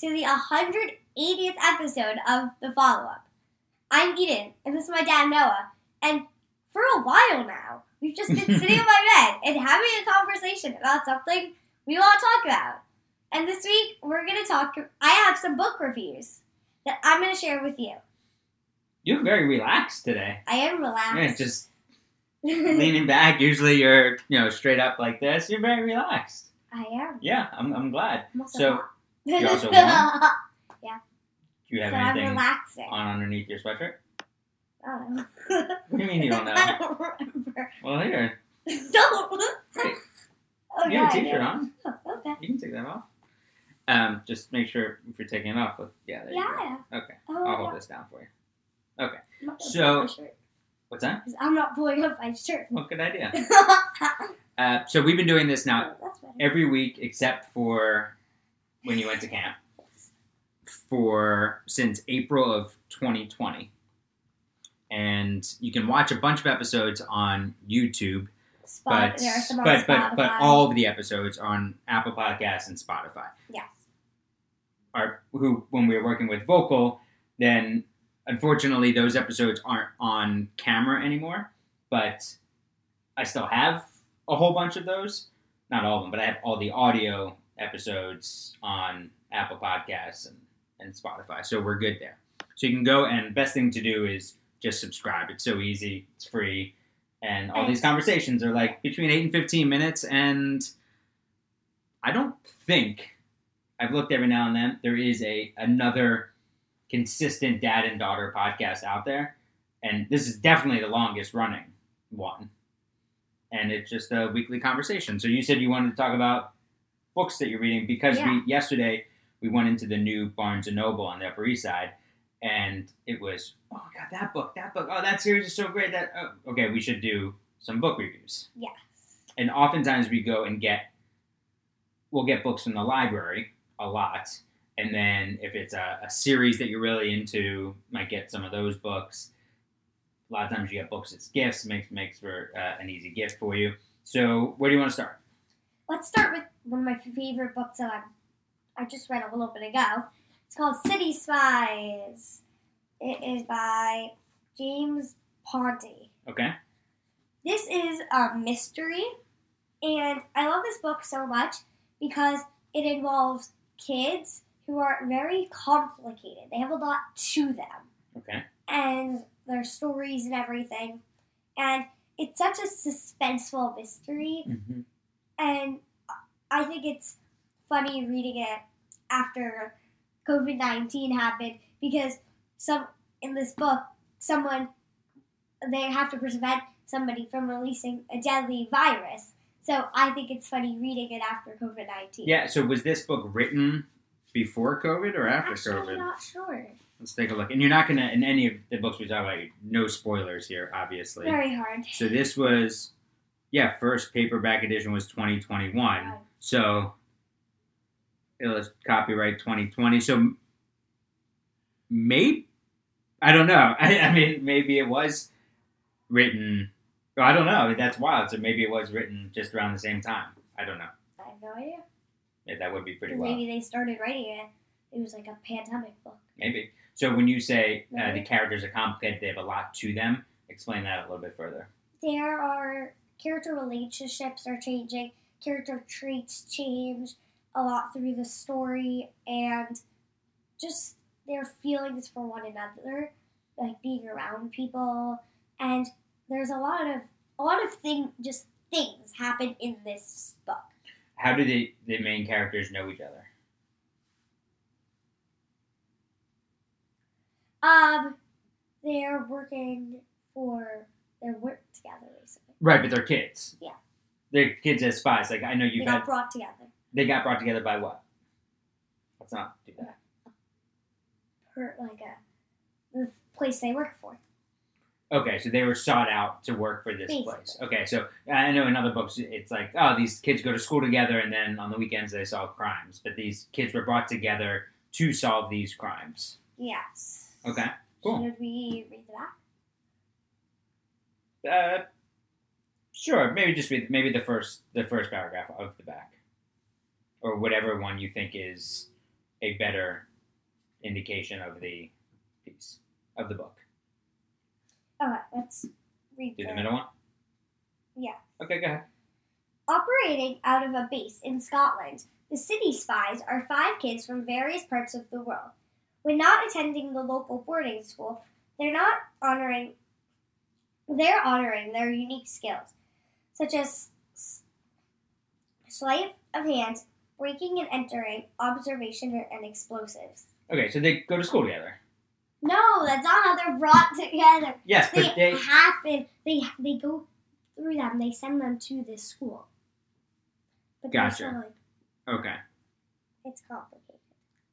to the 180th episode of The Follow Up. I'm Eden, and this is my dad, Noah. And for a while now, we've just been sitting in my bed and having a conversation about something we want to talk about. And this week, we're going to talk. I have some book reviews that I'm going to share with you. You're very relaxed today. I am relaxed. Yeah, just leaning back. Usually you're, you know, straight up like this. You're very relaxed. I am. Yeah, I'm, I'm glad. I'm also So, hot. you're also warm? Do you So have I'm anything relaxing. on underneath your sweatshirt? I don't know. What do you mean you don't know? I don't remember. Well, here. don't. Hey, Oh, you yeah, have a I t-shirt do. on. Oh, okay. You can take that off. Um, just make sure if you're taking it off. Look, yeah, there you Yeah. go. Okay, Oh, I'll yeah. hold this down for you. I'm not gonna So- pull up my shirt, What's that? 'cause I'm not pulling up my shirt. What good idea. Oh, Uh, so we've been doing this now that's better. every week except for when you went to camp for since April of 2020. And you can watch a bunch of episodes on YouTube, Spot, but there are some on but, but but Spotify. all of the episodes are on Apple Podcasts and Spotify. Yes. Are who when we were working with Vocal, then unfortunately those episodes aren't on camera anymore, but I still have a whole bunch of those. Not all of them, but I have all the audio episodes on Apple Podcasts and, and Spotify. So we're good there. So you can go and best thing to do is just subscribe. It's so easy, it's free. And all these conversations are like between eight and fifteen minutes and I don't think I've looked every now and then, there is a another consistent dad and daughter podcast out there. And this is definitely the longest running one. And it's just a weekly conversation. So you said you wanted to talk about books that you're reading because Yeah. we yesterday we went into the new Barnes and Noble on the Upper East Side and it was oh my god that book that book oh that series is so great that oh, okay we should do some book reviews Yes. and oftentimes we go and get we'll get books from the library a lot and then if it's a, a series that you're really into might get some of those books a lot of times you get books as gifts makes makes for uh, an easy gift for you so where do you want to start Let's start with one of my favorite books that I'm, I just read a little bit ago. It's called City Spies. It is by James Ponty. okay This is a mystery, and I love this book so much because it involves kids who are very complicated. They have a lot to them, okay and their stories and everything. And it's such a suspenseful mystery, mm-hmm. and I think it's funny reading it after COVID 19 happened because some in this book, someone they have to prevent somebody from releasing a deadly virus. So I think it's funny reading it after COVID 19. yeah so was this book written before covid or after Actually, covid I'm not sure. let's take a look and you're not gonna in any of the books we talk about no spoilers here obviously Very hard. So this was, yeah, first paperback edition was 2021. So it was copyright 2020. So maybe, I don't know. I, I mean, maybe it was written, well, I don't know. That's wild. So maybe it was written just around the same time. I don't know. I have no idea. Yeah, that would be pretty wild. Maybe they started writing it. It was like a pandemic book. Maybe. So when you say uh, Maybe. the characters are complicated, they have a lot to them, explain that a little bit further. there are character relationships are changing, character traits change a lot through the story, and just their feelings for one another, like being around people, and there's a lot of a lot of thing just things happen in this book. How do the, the main characters know each other? Um, they're working for their work together recently. Right, but they're kids. Yeah. They're kids as spies. Like I know you've they got had brought together. they got brought together by what? Let's not do that. for like a the place they work for. Okay, so they were sought out to work for this Basically. place. Okay, so I know in other books it's like, oh, these kids go to school together and then on the weekends they solve crimes. But these kids were brought together to solve these crimes. Yes. Okay. Cool. Should we read the back? Uh, sure, maybe just read maybe the first the first paragraph of the back. Or whatever one you think is a better indication of the piece of the book. Okay, let's read Do the middle one. Yeah. Okay, go ahead. Operating out of a base in Scotland, the City Spies are five kids from various parts of the world. When not attending the local boarding school, they're not honoring they're honoring their unique skills, such as s- sleight of hand, breaking and entering, observation, and explosives. Okay, so they go to school together. No, that's not how they're brought together. Yes, They but they happen. They they go through them. They send them to this school. But they're Gotcha. still, like, okay, It's complicated.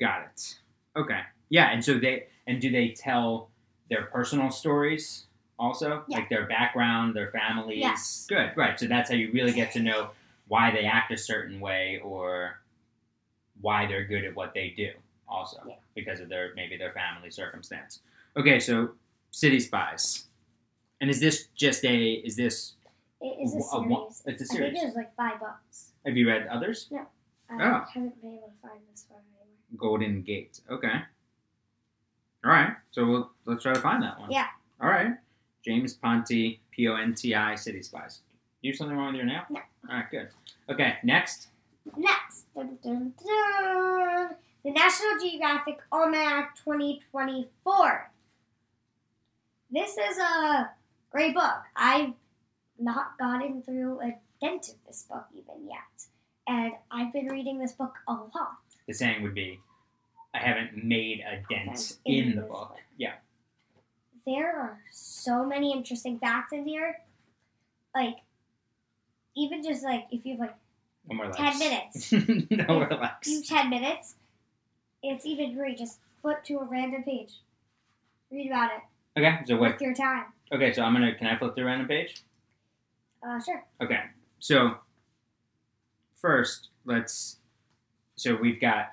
got it. Okay, yeah, and so they and do they tell their personal stories also, Yeah. like their background, their families? Yes. Good, right. So that's how you really get to know why they act a certain way or why they're good at what they do, also Yeah. because of their maybe their family circumstance. Okay, so city spies, and is this just a is this It is a a series. one- it's a I series. think it was like five bucks. Have you read others? I Oh. haven't been able to find this one anymore. Golden Gate. Okay. All right. So we'll, let's try to find that one. Yeah. All right. James Ponti, P O N T I, City Spies. You have something wrong with your nail? No. All right. Good. Okay. Next. Next, dun, dun, dun. the National Geographic Almanac 2024. This is a great book. I've not gotten through a dent of this book even yet, and I've been reading this book a lot. The saying would be, I haven't made a dent Dent in in the this book. book. Yeah. There are so many interesting facts in here, like even just like if you have like One more ten left. minutes. no more laps. few ten minutes. It's even great. Just flip to a random page. Read about it. Okay. So what? With your time. Okay. So I'm gonna. Can I flip through random page? Uh, sure. Okay. So first, let's. So we've got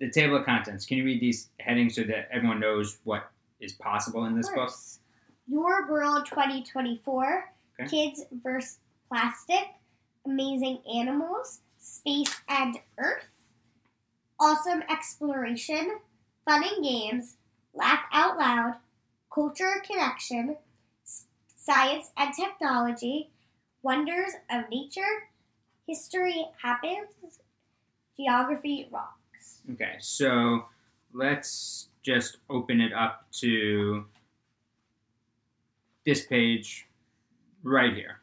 the table of contents. Can you read these headings so that everyone knows what is possible in this Of book? course. Your World 2024. Okay. Kids versus Plastic. Amazing Animals. Space and Earth. Awesome Exploration. Fun and Games. Laugh Out Loud. Culture Connection. S- Science and Technology. Wonders of Nature. History Happens. Geography Rocks. Okay, so let's just open it up to this page right here.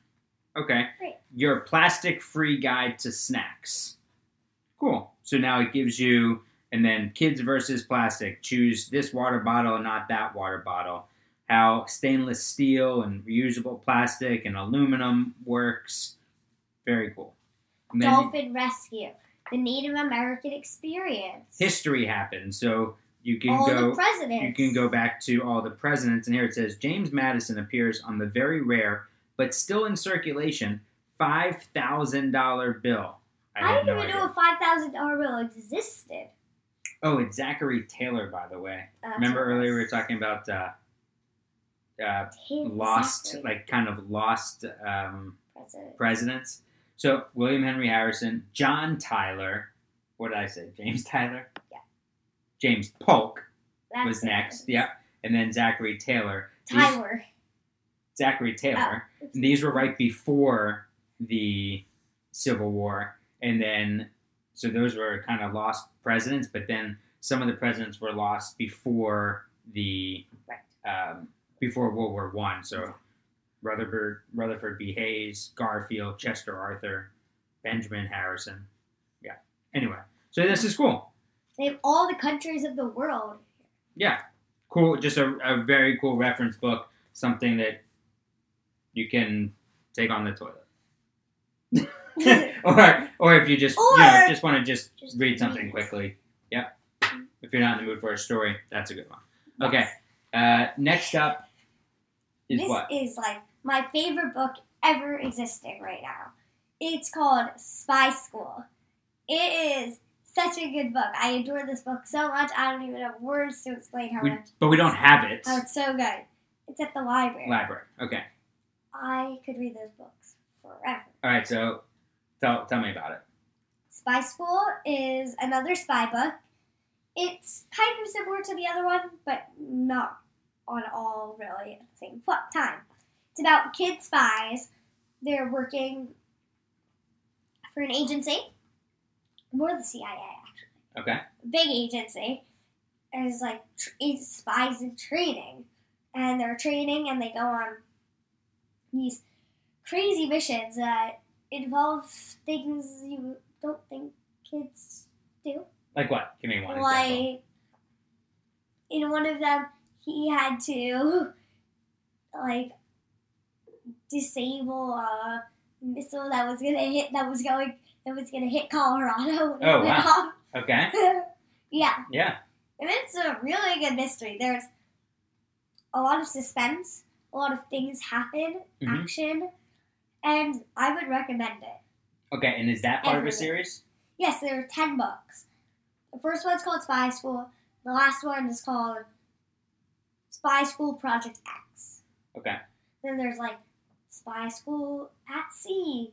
Okay. Great. Your plastic free guide to snacks. Cool. So now it gives you, and then kids versus plastic. Choose this water bottle and not that water bottle. How stainless steel and reusable plastic and aluminum works. Very cool. And then- Dolphin Rescue, the Native American Experience. history happened. So you can All the go presidents. you can go back to all the presidents and here it says James Madison appears on the very rare but still in circulation five thousand dollar bill. I, I have didn't no even idea. know a five thousand dollar bill existed. Oh, it's Zachary Taylor, by the way. Uh, Remember so earlier we were it's talking about uh, uh, him, lost, Zachary, like kind of lost um, president. presidents. So William Henry Harrison, John Tyler. What did I say? James Tyler. Yeah. James Polk. That's was it. next. Yep. And then Zachary Taylor. These- Tyler. Zachary Oh, Taylor. These were right before the Civil War. And then, so those were kind of lost presidents, but then some of the presidents were lost before the, Right. um, before World War One. So Rutherford, Rutherford B. Hayes, Garfield, Chester Arthur, Benjamin Harrison. Yeah. Anyway, so this is cool. They have all the countries of the world. Yeah, cool. Just a, a very cool reference book. Something that you can take on the toilet, or or if you just you know, Or- just want to just, Just Mm-hmm. read something read. quickly. Yeah, if you're not in the mood for a story, that's a good one. Okay, uh, next up is this what? is like my favorite book ever existing right now. It's called Spy School. It is such a good book. I adore this book so much. I don't even have words to explain how We- much. but we don't have it. Oh, it's so good. It's at the library. Library. Okay. I could read those books forever. All right. So tell tell me about it. Spy School is another spy book. It's kind of similar to the other one, but not on all really at the same pl- time. It's about kid spies. They're working for an agency, more the CIA, Okay. big agency and it's like tr- it's spies in training and they're training and they go on these crazy missions that involve things you don't think kids do Like what? Give me one example. like in one of them he had to like disable a missile that was gonna hit that was going that was gonna hit Colorado when it Oh, went wow. off. Okay. yeah Yeah. and it's a really good mystery. There's a lot of suspense, a lot of things happen, Mhm. action, and I would recommend it. Okay. And is that part of a Everything. series? Yes, there are 10 books. The first one's called Spy School, the last one is called Spy School Project X. Okay. Then there's like Spy School at Sea,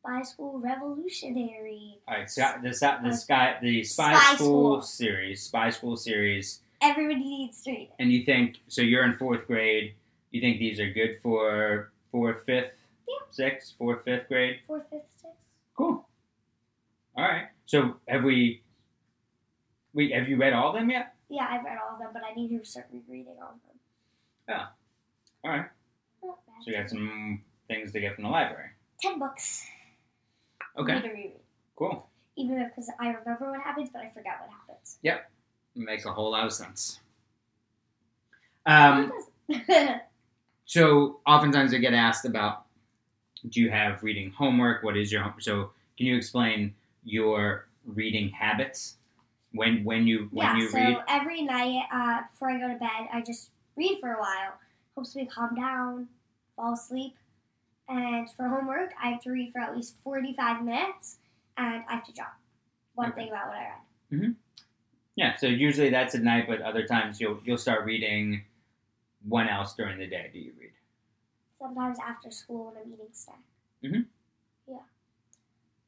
Spy School Revolutionary. All right. So this this guy the spy, Spy school, School. series, spy school series, Everybody needs to read it. and you think so? You're in fourth grade. You think these are good for fourth, fifth, Yeah. sixth, fourth, fifth grade? Fourth, fifth, sixth. Cool. All right. So have we? We have you read all of them yet? Yeah, I've read all of them, but I need to start rereading all of them. Yeah. Alright. Not bad. So you got some things to get from the library. ten books. Okay. Need to reread. Cool. Even though, because I remember what happens, but I forgot what happens. Makes a whole lot of sense. Who Um, does- so oftentimes I get asked about, do you have reading homework? What is your home? So can you explain your reading habits? When when you when yeah. you So read? every night uh, before I go to bed, I just read for a while. Helps me calm down, fall asleep. And for homework, I have to read for at least forty-five minutes, and I have to jot one Okay. thing about what I read. Yeah. So usually that's at night, but other times you'll you'll start reading. When else during the day do you read? sometimes after school when I'm eating snack. Mhm. Yeah.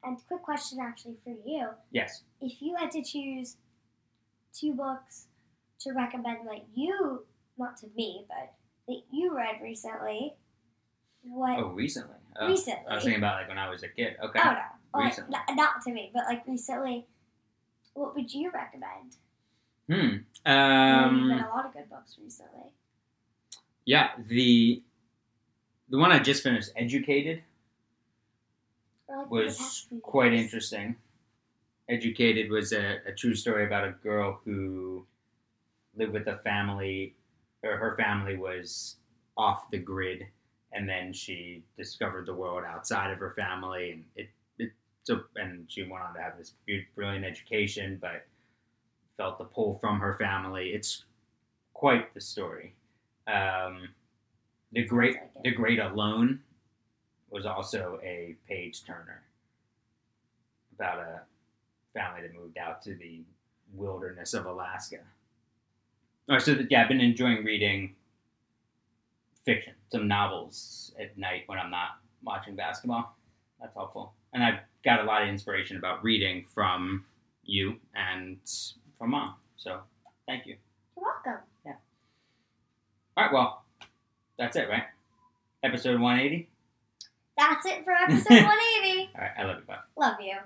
And quick question actually for you. Yes. If you had to choose two books to recommend that you, not to me, but that you read recently, what Oh, recently. Oh, recently? I was thinking about like when I was a kid. Okay. oh no, like, Recently. n- not to me, but like recently, what would you recommend? Hmm. I know Um. You've read a lot of good books recently. Yeah, the the one I just finished, Educated, Or, like, in the was past few quite years. interesting. Educated was a, a true story about a girl who lived with a family, or her family was off the grid, and then she discovered the world outside of her family, and it, it so and she went on to have this beau- brilliant education, but felt the pull from her family. It's quite the story. Um, the great Sounds like the it. Great Alone was also a page turner about a family that moved out to the wilderness of Alaska. Or so that, yeah, I've been enjoying reading fiction, some novels at night when I'm not watching basketball. That's helpful, and I've got a lot of inspiration about reading from you and from mom. So thank you. You're welcome. All right, well, that's it, right? Episode 180. That's it for episode 180. All right, I love you, bye. Love you.